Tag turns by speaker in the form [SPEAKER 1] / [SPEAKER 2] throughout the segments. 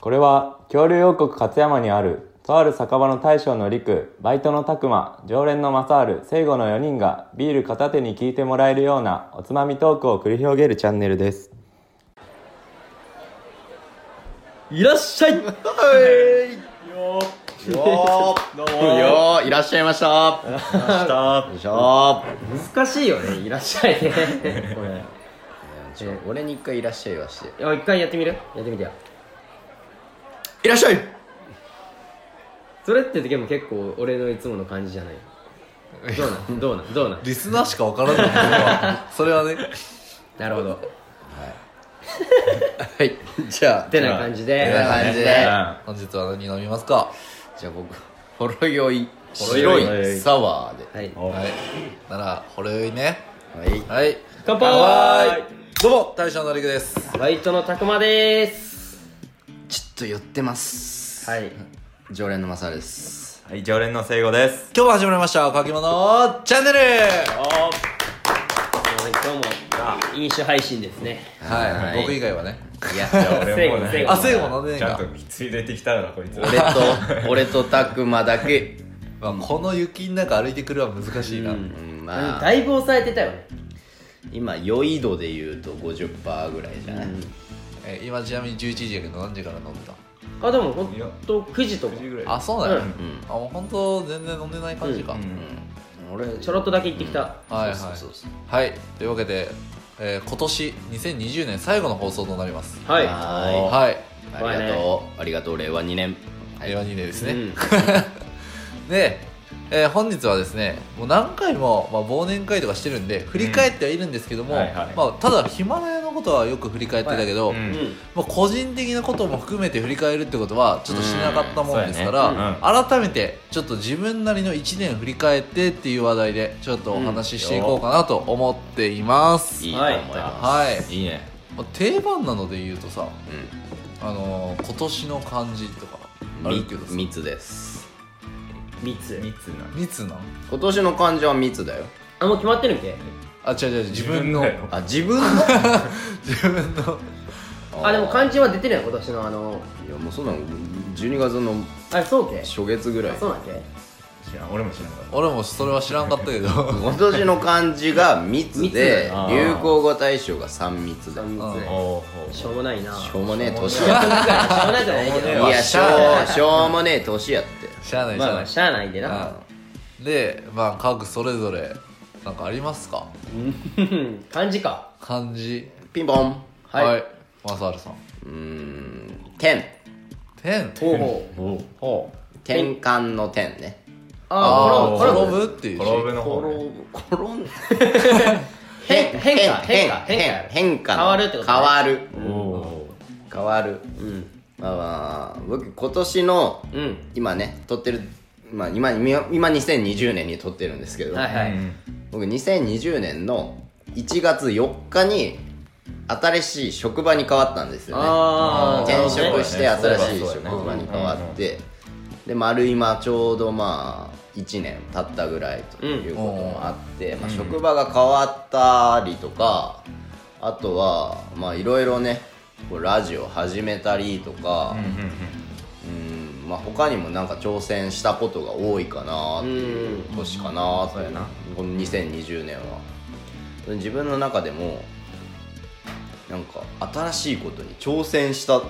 [SPEAKER 1] これは恐竜王国勝山にあるとある酒場の大将の陸バイトの拓磨常連の正治聖護の4人がビール片手に聞いてもらえるようなおつまみトークを繰り広げるチャンネルです
[SPEAKER 2] いらっしゃい。
[SPEAKER 3] はい
[SPEAKER 2] よ
[SPEAKER 3] よー
[SPEAKER 2] どう
[SPEAKER 3] よーいらっしゃいました
[SPEAKER 2] した
[SPEAKER 3] よいしょ
[SPEAKER 4] 難しいよねいらっしゃいね これ
[SPEAKER 3] ーちょ俺に一回いらっしゃいはして
[SPEAKER 4] いや一回やってみるやってみてよ
[SPEAKER 3] いらっしゃい
[SPEAKER 4] それってでも結構俺のいつもの感じじゃないどう なんどうなんどうなん
[SPEAKER 5] リスナーしかわからないそれはそれはね
[SPEAKER 4] なるほど
[SPEAKER 3] はいじゃあ
[SPEAKER 4] てな感じで
[SPEAKER 3] てな感じで
[SPEAKER 5] 本日は何飲みますか
[SPEAKER 3] じゃあ僕ほろ酔い
[SPEAKER 2] ほろ酔い
[SPEAKER 3] 白サワーで
[SPEAKER 4] はい
[SPEAKER 5] はいならほろ酔いね
[SPEAKER 3] はい
[SPEAKER 5] はい
[SPEAKER 4] 乾
[SPEAKER 5] は
[SPEAKER 4] 杯
[SPEAKER 5] ーいどうも大将のりくです
[SPEAKER 4] バイトのたくまです
[SPEAKER 3] ちょっと寄ってます
[SPEAKER 4] はい
[SPEAKER 3] 常連のマサルです
[SPEAKER 1] はい常連の聖護です
[SPEAKER 5] 今日も始まりました「かきものチャンネル」
[SPEAKER 4] 今日も飲酒配信ですね
[SPEAKER 5] はい、
[SPEAKER 3] はい
[SPEAKER 5] 僕以外はね
[SPEAKER 3] いや俺
[SPEAKER 4] せいごせいご
[SPEAKER 5] あせいも飲んでねえか、
[SPEAKER 1] ついれてきたなこいつ
[SPEAKER 3] と俺とタクマだけ
[SPEAKER 5] まあ、この雪の中歩いてくるは難しいな、
[SPEAKER 3] うんまあ
[SPEAKER 4] だいぶ抑えてたよね
[SPEAKER 3] 今酔い度で言うと50%ぐらいじゃない
[SPEAKER 5] え今ちなみに11時やけど何時から飲んで
[SPEAKER 4] あでもほんと9時とかち
[SPEAKER 5] たあそうなんや、
[SPEAKER 4] うん
[SPEAKER 5] あもう本当全然飲んでない感じか、
[SPEAKER 3] うん俺
[SPEAKER 4] ょろっとだけ行ってきた
[SPEAKER 5] はいはい
[SPEAKER 3] そうそうそう
[SPEAKER 5] はいというわけで、えー今年2020年最後の放送となります
[SPEAKER 4] はい
[SPEAKER 3] は
[SPEAKER 5] はい、
[SPEAKER 3] いありがとうありがとう令和2年
[SPEAKER 5] 令和2年です
[SPEAKER 4] う
[SPEAKER 5] ね、
[SPEAKER 4] ん
[SPEAKER 5] で、えー本日はですねもう何回も、まあ、忘年会とかしてるんで振り返ってはいるんですけども、
[SPEAKER 1] はいはい
[SPEAKER 5] まあ、ただヒマラヤのことはよく振り返ってたけど、
[SPEAKER 1] うん
[SPEAKER 4] うん
[SPEAKER 5] まあ、個人的なことも含めて振り返るってことはちょっとしてなかったもんですから、
[SPEAKER 1] うんそうやね
[SPEAKER 5] 改めてちょっと自分なりの1年振り返ってっていう話題でちょっとお話ししていこうかなと思っています、
[SPEAKER 3] いいと思いま
[SPEAKER 5] はい、
[SPEAKER 1] いいね
[SPEAKER 5] まあ定番なので言うとさ、
[SPEAKER 3] すうん
[SPEAKER 5] あのー今年の漢字とかある
[SPEAKER 3] み
[SPEAKER 5] けどさ
[SPEAKER 3] 密です
[SPEAKER 4] つ
[SPEAKER 1] 三つな
[SPEAKER 5] 密なん
[SPEAKER 3] 今年の漢字は密だよ
[SPEAKER 4] あもう決まってるんけ
[SPEAKER 5] あ違う違う自分の
[SPEAKER 3] あ自分 の
[SPEAKER 5] 自分の
[SPEAKER 4] あでも漢字は出てない今年のあの
[SPEAKER 3] いやもうそうなの12月の
[SPEAKER 4] あれそうけ
[SPEAKER 3] 初月ぐらい
[SPEAKER 4] そうなんけ
[SPEAKER 1] 知らん俺も知らんかっ
[SPEAKER 5] 俺もそれは知らんかったけど
[SPEAKER 3] 今年の漢字が密
[SPEAKER 4] 密
[SPEAKER 3] で
[SPEAKER 4] だ
[SPEAKER 1] よ
[SPEAKER 3] 流行語大賞が3密だ
[SPEAKER 4] 三
[SPEAKER 3] し
[SPEAKER 4] 密
[SPEAKER 5] うん
[SPEAKER 1] たおー
[SPEAKER 4] しょうもないなし
[SPEAKER 3] ょうもねえ年
[SPEAKER 4] ょう
[SPEAKER 3] や
[SPEAKER 4] もないじゃないけ
[SPEAKER 5] しょうもねえ
[SPEAKER 4] ど
[SPEAKER 5] わ
[SPEAKER 3] いやしょうしょうもねえ年やって
[SPEAKER 5] しゃあないし
[SPEAKER 4] まあ
[SPEAKER 5] ゃあ
[SPEAKER 4] ま
[SPEAKER 5] ない
[SPEAKER 4] あ、しゃあないんでな
[SPEAKER 5] うんでまあ各それぞれなんかありますか
[SPEAKER 4] うん漢字か
[SPEAKER 5] 漢字
[SPEAKER 3] ピンポン
[SPEAKER 5] はい、
[SPEAKER 3] はい
[SPEAKER 5] マサールさん
[SPEAKER 3] うーん天
[SPEAKER 5] 天
[SPEAKER 4] ほうほう
[SPEAKER 1] お
[SPEAKER 4] ほ
[SPEAKER 3] 転換の天ね
[SPEAKER 4] ああ
[SPEAKER 5] 転ぶ
[SPEAKER 4] 転ぶ
[SPEAKER 5] 転ぶっていう字
[SPEAKER 1] 転ぶの
[SPEAKER 3] 転
[SPEAKER 1] 方ね
[SPEAKER 3] ぶ転
[SPEAKER 4] 変化変化
[SPEAKER 3] ん
[SPEAKER 4] 変化変
[SPEAKER 3] 変
[SPEAKER 4] 化
[SPEAKER 3] 変化の
[SPEAKER 4] 変わるってことね
[SPEAKER 3] 変わる
[SPEAKER 1] お
[SPEAKER 3] 変わる
[SPEAKER 4] うん
[SPEAKER 3] まあまあ僕今年の
[SPEAKER 4] うん
[SPEAKER 3] 今ね撮ってる、まあ、今今今2020年に撮ってるんですけど、
[SPEAKER 4] はい
[SPEAKER 1] ー
[SPEAKER 4] は
[SPEAKER 1] う
[SPEAKER 4] い
[SPEAKER 1] ん
[SPEAKER 3] 僕2020年の1月4日に新しい職場に変わったんですよね
[SPEAKER 4] ああ
[SPEAKER 3] 転職して
[SPEAKER 1] なるほど
[SPEAKER 3] 新
[SPEAKER 1] ね
[SPEAKER 3] しい職場に変わってで丸今ちょうどまあ1年経ったぐらいということもあって、まあ、職場が変わったりとかあとはまあいろいろねこうラジオ始めたりと
[SPEAKER 1] う
[SPEAKER 3] か、
[SPEAKER 1] んうんうん
[SPEAKER 3] うんまあ、他にもなんか挑戦したことが多いかなっていう年かなっていうこの2020年は自分の中でもなんか新しいことに挑戦した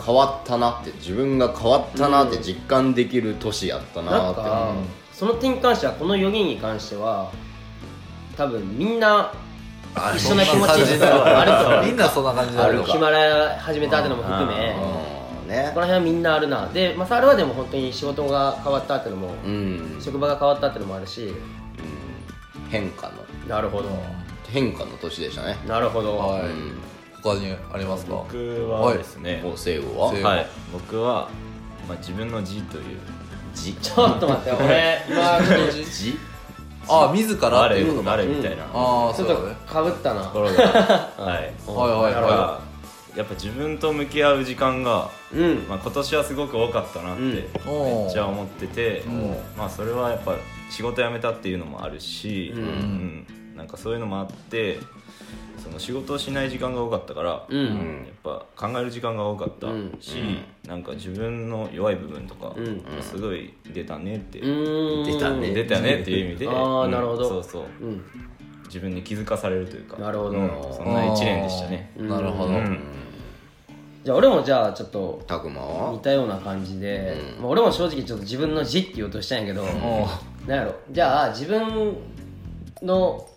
[SPEAKER 3] 変わったなって自分が変わったなって実感できる年やったな
[SPEAKER 4] なん
[SPEAKER 3] って
[SPEAKER 4] か
[SPEAKER 3] 思う
[SPEAKER 4] その点に関してはこの4人に関しては多分みんな
[SPEAKER 5] あ
[SPEAKER 4] 一緒な気持ち
[SPEAKER 5] そんな感じだ
[SPEAKER 4] あると思う
[SPEAKER 5] みんなそんな感じだ
[SPEAKER 4] あ
[SPEAKER 5] る
[SPEAKER 4] のヒマラヤ始めたってのも含め
[SPEAKER 3] うん
[SPEAKER 4] こ
[SPEAKER 3] ね
[SPEAKER 4] の辺はみんなあるなでマサルはでも本当に仕事が変わったってのも
[SPEAKER 3] うん
[SPEAKER 4] 職場が変わったってのもあるし
[SPEAKER 3] 変化の
[SPEAKER 4] なるほど
[SPEAKER 3] 変化の年でしたね
[SPEAKER 4] なるほど
[SPEAKER 5] は
[SPEAKER 3] う
[SPEAKER 5] い、
[SPEAKER 3] ん
[SPEAKER 5] 他にありますか
[SPEAKER 1] 僕はですね
[SPEAKER 3] お聖子は
[SPEAKER 5] 聖子
[SPEAKER 1] はい僕はまあ自分の字という
[SPEAKER 3] じ
[SPEAKER 4] ちょっと待って俺今ちょっと
[SPEAKER 3] じ
[SPEAKER 5] あ自らって
[SPEAKER 1] 誰
[SPEAKER 5] いうことか
[SPEAKER 1] 誰みたいな
[SPEAKER 5] ああ
[SPEAKER 4] ち
[SPEAKER 5] そ
[SPEAKER 4] ょ
[SPEAKER 5] う
[SPEAKER 4] っ
[SPEAKER 5] だね
[SPEAKER 4] とかぶったな
[SPEAKER 1] ところがはい
[SPEAKER 5] はいはい
[SPEAKER 1] だ
[SPEAKER 5] は
[SPEAKER 1] からやっぱ自分と向き合う時間が、
[SPEAKER 4] うん
[SPEAKER 1] まあ、今年はすごく多かったなって
[SPEAKER 4] うん
[SPEAKER 1] め
[SPEAKER 5] おー
[SPEAKER 1] っちゃ思ってて、
[SPEAKER 5] ん
[SPEAKER 1] まあそれはやっぱ仕事辞めたっていうのもあるし、うん
[SPEAKER 6] なんかそういうのもあってその仕事をしない時間が多かったから、
[SPEAKER 4] うん
[SPEAKER 6] やっぱ考える時間が多かった
[SPEAKER 4] うん
[SPEAKER 6] し、なんか自分の弱い部分とか、
[SPEAKER 4] ん
[SPEAKER 6] すごい出たねって、
[SPEAKER 4] うん
[SPEAKER 3] 出たね
[SPEAKER 6] 出たねっていう意味で
[SPEAKER 4] あー
[SPEAKER 6] うん
[SPEAKER 4] なるほど
[SPEAKER 6] そうそう
[SPEAKER 4] うん
[SPEAKER 6] 自分に気づかされるというか
[SPEAKER 4] なるほど
[SPEAKER 6] うんそんな一年でしたね
[SPEAKER 5] あーなるほど、
[SPEAKER 6] うん
[SPEAKER 4] じゃあ俺もじゃあちょっと
[SPEAKER 3] たくま
[SPEAKER 4] 似
[SPEAKER 3] は
[SPEAKER 4] たような感じで、まあ、俺も正直ちょっと自分の字って言おうとしたんやけど、なんやろじゃあ自分の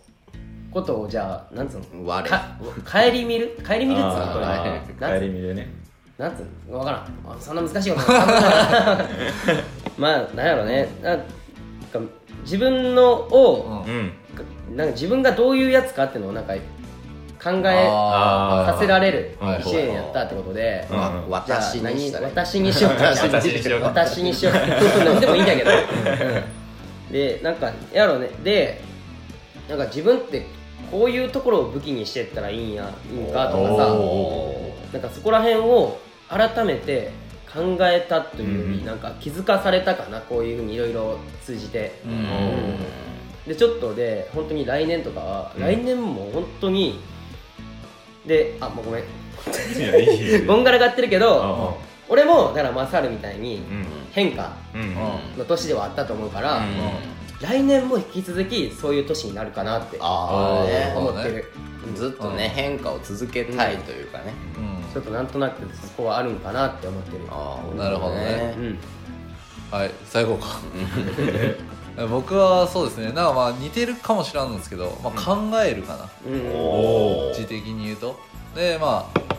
[SPEAKER 4] ことをじゃあなんつうの
[SPEAKER 3] 我
[SPEAKER 4] か帰り見る帰り見るっつうのこれ
[SPEAKER 6] あー
[SPEAKER 4] なんつ
[SPEAKER 6] 帰
[SPEAKER 4] う
[SPEAKER 6] り見でね
[SPEAKER 4] なんつうの分からんあそんな難しいこと考えたらまあなんやろねなんか自分のを、
[SPEAKER 6] うん
[SPEAKER 4] なんか自分がどういうやつかっていうのをなんか考え
[SPEAKER 5] あ
[SPEAKER 4] させられる
[SPEAKER 6] はいはい
[SPEAKER 4] 1年やったってことで、
[SPEAKER 6] ん
[SPEAKER 3] わ
[SPEAKER 4] じゃあ
[SPEAKER 3] 私にした
[SPEAKER 4] 何
[SPEAKER 3] らいい
[SPEAKER 4] 私にしようか
[SPEAKER 6] 私にしようか
[SPEAKER 4] 私にしようか何でもいいんだけど、うんでなんかやろうねでなんか自分ってこういうところを武器にしてったらいいんやいいんかとかさなんかそこら辺を改めて考えたというより、
[SPEAKER 6] うん
[SPEAKER 4] なんか気づかされたかなこういうふうにいろいろ通じて、
[SPEAKER 5] うん
[SPEAKER 4] でちょっとで本当に来年とかは、来年も本当にであもうごめん
[SPEAKER 6] いやいいよ
[SPEAKER 4] ボンガラがってるけど
[SPEAKER 6] あ
[SPEAKER 4] 俺もだからマサルみたいに
[SPEAKER 6] ーうん
[SPEAKER 4] 変化
[SPEAKER 6] うん
[SPEAKER 4] の年ではあったと思うから、
[SPEAKER 6] うん
[SPEAKER 4] 来年も引き続きそういう年になるかなって
[SPEAKER 3] ああね
[SPEAKER 4] 思ってる、
[SPEAKER 3] ずっとね変化を続けたいというかね
[SPEAKER 4] ちょっとなんとなくそこはあるんかなって思ってる
[SPEAKER 3] ああ
[SPEAKER 5] なるほどね
[SPEAKER 4] うん
[SPEAKER 5] はい最後か僕はそうですねなんかまあ似てるかもしれないんですけど、まあ、考えるかな、
[SPEAKER 4] うん
[SPEAKER 3] おお
[SPEAKER 5] 字的に言うとでまあ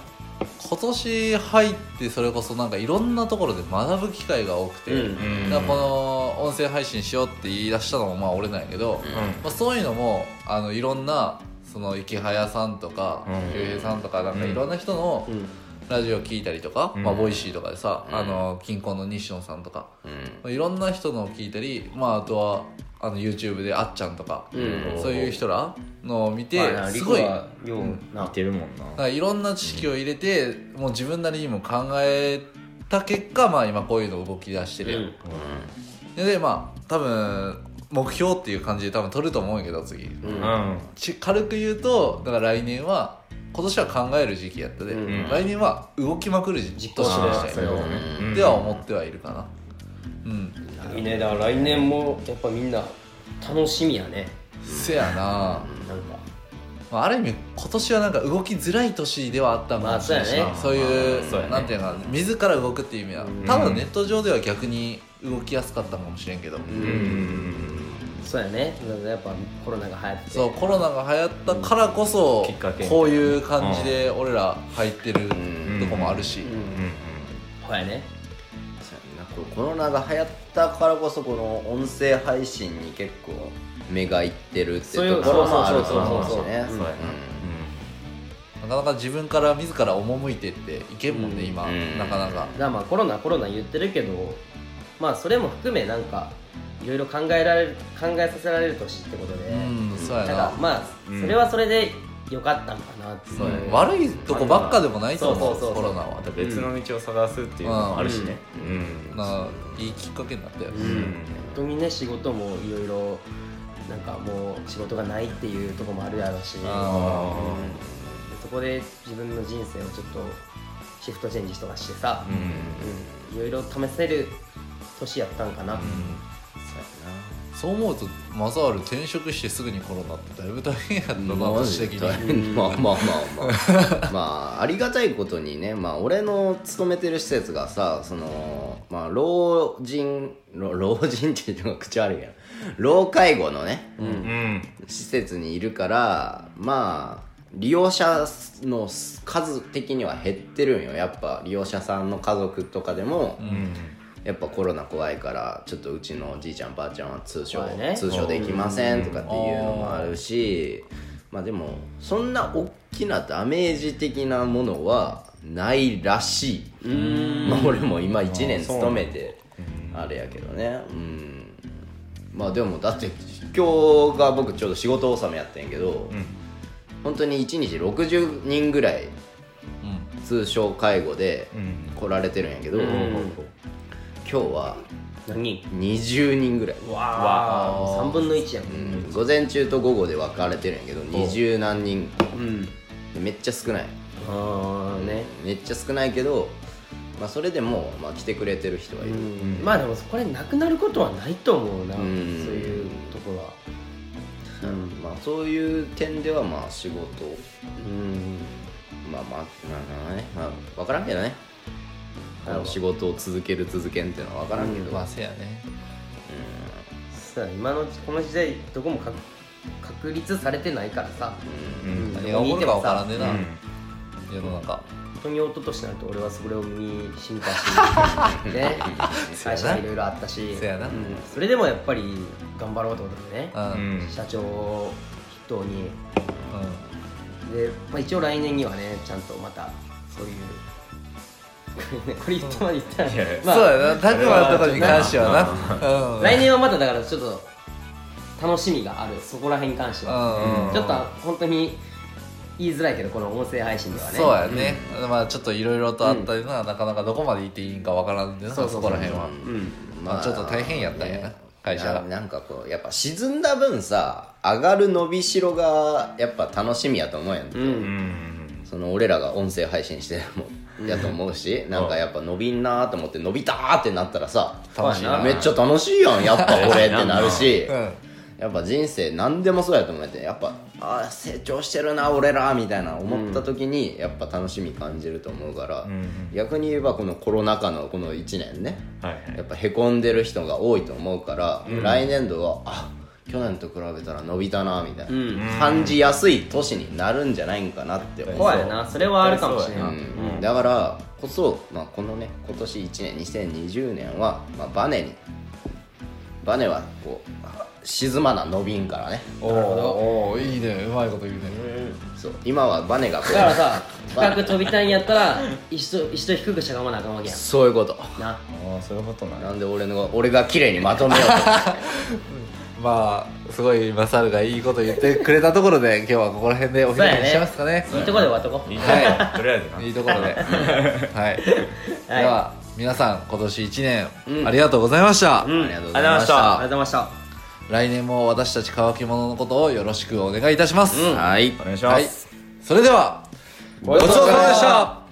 [SPEAKER 5] 今年入ってそれこそなんかいろんなところで学ぶ機会が多くて、
[SPEAKER 4] うん
[SPEAKER 5] だからこの音声配信しようって言い出したのもまあ俺なんやけど、まあ、そういうのもあのいろんなその池早さんとか
[SPEAKER 6] うん
[SPEAKER 5] 周平さんとかなんかいろんな人の
[SPEAKER 4] うん
[SPEAKER 5] ラジオ聞いたりとか、
[SPEAKER 6] うん
[SPEAKER 5] まあ、ボイシーとかでさ、
[SPEAKER 3] うん
[SPEAKER 5] あの近郊の西野さんとか、
[SPEAKER 3] うん
[SPEAKER 5] まあ、いろんな人のを聞いたり、まあ、あとはあの YouTube であっちゃんとか、
[SPEAKER 4] うん
[SPEAKER 5] そういう人らのを見て、
[SPEAKER 4] まあな
[SPEAKER 5] すごい
[SPEAKER 4] リコはような
[SPEAKER 6] 似てるもんな
[SPEAKER 5] なんかいろんな知識を入れて、もう自分なりにも考えた結果、まあ、今こういうのを動き出してるやんでまあ多分目標っていう感じで多分取ると思うんやけど次
[SPEAKER 6] うん
[SPEAKER 5] ち軽く言うとだから来年は今年は考える時期やったで、
[SPEAKER 4] うん
[SPEAKER 5] 来年は動きまくる時期
[SPEAKER 4] 実
[SPEAKER 5] と
[SPEAKER 4] 行
[SPEAKER 5] し
[SPEAKER 4] する
[SPEAKER 5] てしたいな
[SPEAKER 6] うん
[SPEAKER 5] では思ってはいるかなうん、
[SPEAKER 4] いいねだから来年もやっぱみんな楽しみやね
[SPEAKER 5] せやな、
[SPEAKER 4] なんか
[SPEAKER 5] まあ、ある意味今年はなんか動きづらい年ではあったかもしれないしな、
[SPEAKER 4] まあ
[SPEAKER 5] そういう,、
[SPEAKER 6] そうやね
[SPEAKER 5] なんていうのかな自ら動くっていう意味は、多分ネット上では逆に動きやすかったかもしれんけど、
[SPEAKER 4] そうやねやっぱコロナが流行って
[SPEAKER 5] そうコロナが流行ったからこそ、
[SPEAKER 6] きっかけ
[SPEAKER 5] こういう感じで俺ら入ってるとこもあるし、
[SPEAKER 4] うんそうやね
[SPEAKER 3] そうやなこうコロナが流行ったからこそこの音声配信に結構目がいってるって
[SPEAKER 4] そういう
[SPEAKER 3] ところもあると思うし
[SPEAKER 4] そうそうそうそう
[SPEAKER 3] ね
[SPEAKER 6] そうやな
[SPEAKER 5] なかなか自分から自ら赴いてっていけんもんね、
[SPEAKER 4] うん
[SPEAKER 5] 今、
[SPEAKER 3] うん
[SPEAKER 5] なかなか
[SPEAKER 4] だからまあコロナコロナ言ってるけどまあそれも含めなんかいろいろ考えられる考えさせられる年ってことで、
[SPEAKER 5] うん、そうや
[SPEAKER 4] だか
[SPEAKER 5] な
[SPEAKER 4] らまあ
[SPEAKER 6] うん
[SPEAKER 4] それはそれでよかったのかなっていう
[SPEAKER 5] そうやね悪いとこばっかでもないと思う
[SPEAKER 4] そうそうそう
[SPEAKER 5] コロナは
[SPEAKER 6] また別の道を探すっていうのもあるしねうん
[SPEAKER 5] なあいいきっかけになったよ、
[SPEAKER 4] うん本当にね仕事もいろいろなんかもう仕事がないっていうところもあるやろうし、
[SPEAKER 5] あ
[SPEAKER 4] うんそこで自分の人生をちょっとシフトチェンジとかしてさ、うんいろいろ試せる年やったんかな、
[SPEAKER 5] そう思うとマザール転職してすぐにコロナってだいぶ大変やったな
[SPEAKER 3] マ
[SPEAKER 5] 私
[SPEAKER 3] ジ
[SPEAKER 5] 的
[SPEAKER 3] で
[SPEAKER 5] に
[SPEAKER 3] 大変まあまあまあ まあまあありがたいことにねまあ俺の勤めてる施設がさそのまあ老人老老人っていうのが口悪いやん老介護のね、
[SPEAKER 6] うん
[SPEAKER 3] 施設にいるからまあ利用者の数的には減ってるんよやっぱ利用者さんの家族とかでも、やっぱコロナ怖いからちょっとうちのじいちゃんばあちゃんは通称、
[SPEAKER 4] 怖いね
[SPEAKER 3] 通称できませんとかっていうのもあるしまあでもそんな大きなダメージ的なものはないらしいまあ俺も今1年勤めてあれやけどねうんまあでもだって今日が僕ちょうど仕事納めやったんやけど、本当に1日60人ぐらい通称介護で来られてるんやけど、今日は
[SPEAKER 4] 何人
[SPEAKER 3] 20人ぐらい、
[SPEAKER 4] わあ3分の1やん
[SPEAKER 3] うん、午前中と午後で分かれてるんやけど二十何人
[SPEAKER 4] うん
[SPEAKER 3] めっちゃ少ない
[SPEAKER 4] ああね
[SPEAKER 3] めっちゃ少ないけど、まあ、それでも、まあ、来てくれてる人はいる、
[SPEAKER 4] まあでもこれなくなることはないと思うな、
[SPEAKER 3] うん
[SPEAKER 4] そういうところは
[SPEAKER 3] まあ、そういう点ではまあ仕事
[SPEAKER 4] うん
[SPEAKER 3] まあまあまあね、まあ、分からんけどねあの仕事を続ける続けんっていうのは分からんけど、
[SPEAKER 5] まあせやね
[SPEAKER 4] さあ今のこの時代どこもか確立されてないからさ、うん
[SPEAKER 5] 何が起こるか分からんねえな、
[SPEAKER 6] うん
[SPEAKER 5] 世の中
[SPEAKER 4] 本当に音としてなると俺はそれを身に染みたしね会社がいろいろあったし
[SPEAKER 5] せやな
[SPEAKER 4] うんそれでもやっぱり頑張ろうと思ってね
[SPEAKER 5] う、ん、うん
[SPEAKER 4] 社長を筆頭にで、まあ、一応来年にはねちゃんとまたそう いうこれ言ってまで言ったら、まあ
[SPEAKER 5] そうやな拓磨のとこに関してはなうん
[SPEAKER 4] 来年はまただからちょっと楽しみがあるそこら辺に関しては、
[SPEAKER 5] うんうん
[SPEAKER 4] ちょっと本当に言いづらいけどこの音声配信ではね
[SPEAKER 5] そうやね、まあちょっといろいろとあったりな、なかなかどこまで行っていいんかわからんでな
[SPEAKER 4] そ
[SPEAKER 5] そう
[SPEAKER 4] そうそう
[SPEAKER 5] こら辺は、まあちょっと大変やったんやな、会社
[SPEAKER 3] な
[SPEAKER 5] が
[SPEAKER 3] なんかこうやっぱ沈んだ分さ上がる伸びしろがやっぱ楽しみやと思うやん、
[SPEAKER 4] うん
[SPEAKER 3] その俺らが音声配信してるのもやと思うし、なんかやっぱ伸びんなーと思って伸びたーってなったらさ
[SPEAKER 5] 楽しいな
[SPEAKER 3] めっちゃ楽しいやんやっぱ俺って なるし
[SPEAKER 5] うん
[SPEAKER 3] やっぱ人生何でもそうやと思ってやっぱあー成長してるな俺らみたいな思った時にやっぱ楽しみ感じると思うから、逆に言えばこのコロナ禍のこの1年ね、
[SPEAKER 6] はいはい
[SPEAKER 3] やっぱへこんでる人が多いと思うから、来年度はあ去年と比べたら伸びたなみたいな、感じやすい年になるんじゃないんかなって思う
[SPEAKER 4] 怖いなそれはあるかもしれない、
[SPEAKER 3] うんだからこそ、まあ、このね今年1年2020年は、まあ、バネにバネはこうあ沈まな伸びんからね
[SPEAKER 5] おおおーいいねうまいこと言うね、
[SPEAKER 3] そう今はバネがこ
[SPEAKER 4] だから
[SPEAKER 3] う
[SPEAKER 4] さ深く飛びたいんやったら一度一度低くしゃがまなあかんわけやん
[SPEAKER 3] そういうこと
[SPEAKER 4] な
[SPEAKER 6] ああそういうことなんや
[SPEAKER 3] なんで俺の俺が綺麗にまとめよう
[SPEAKER 5] まあすごいマサルがいいこと言ってくれたところで今日はここら辺でお開きにしますかね
[SPEAKER 4] いいとこで終わっとこ
[SPEAKER 6] いいね
[SPEAKER 5] は
[SPEAKER 6] とりあえずない
[SPEAKER 5] いいところではい、では皆さん今年1年ありがとうございました、
[SPEAKER 3] と、ありがとうござ
[SPEAKER 5] ありが
[SPEAKER 3] い
[SPEAKER 5] とうございま
[SPEAKER 3] ま
[SPEAKER 5] し
[SPEAKER 3] したた
[SPEAKER 4] ありがとうございまし
[SPEAKER 5] 来年も私たち乾き物のことをよろしくお願いいたします、
[SPEAKER 3] はい
[SPEAKER 6] お願いし
[SPEAKER 5] は
[SPEAKER 6] ま
[SPEAKER 5] い
[SPEAKER 6] す、
[SPEAKER 5] それではごちそうさまでした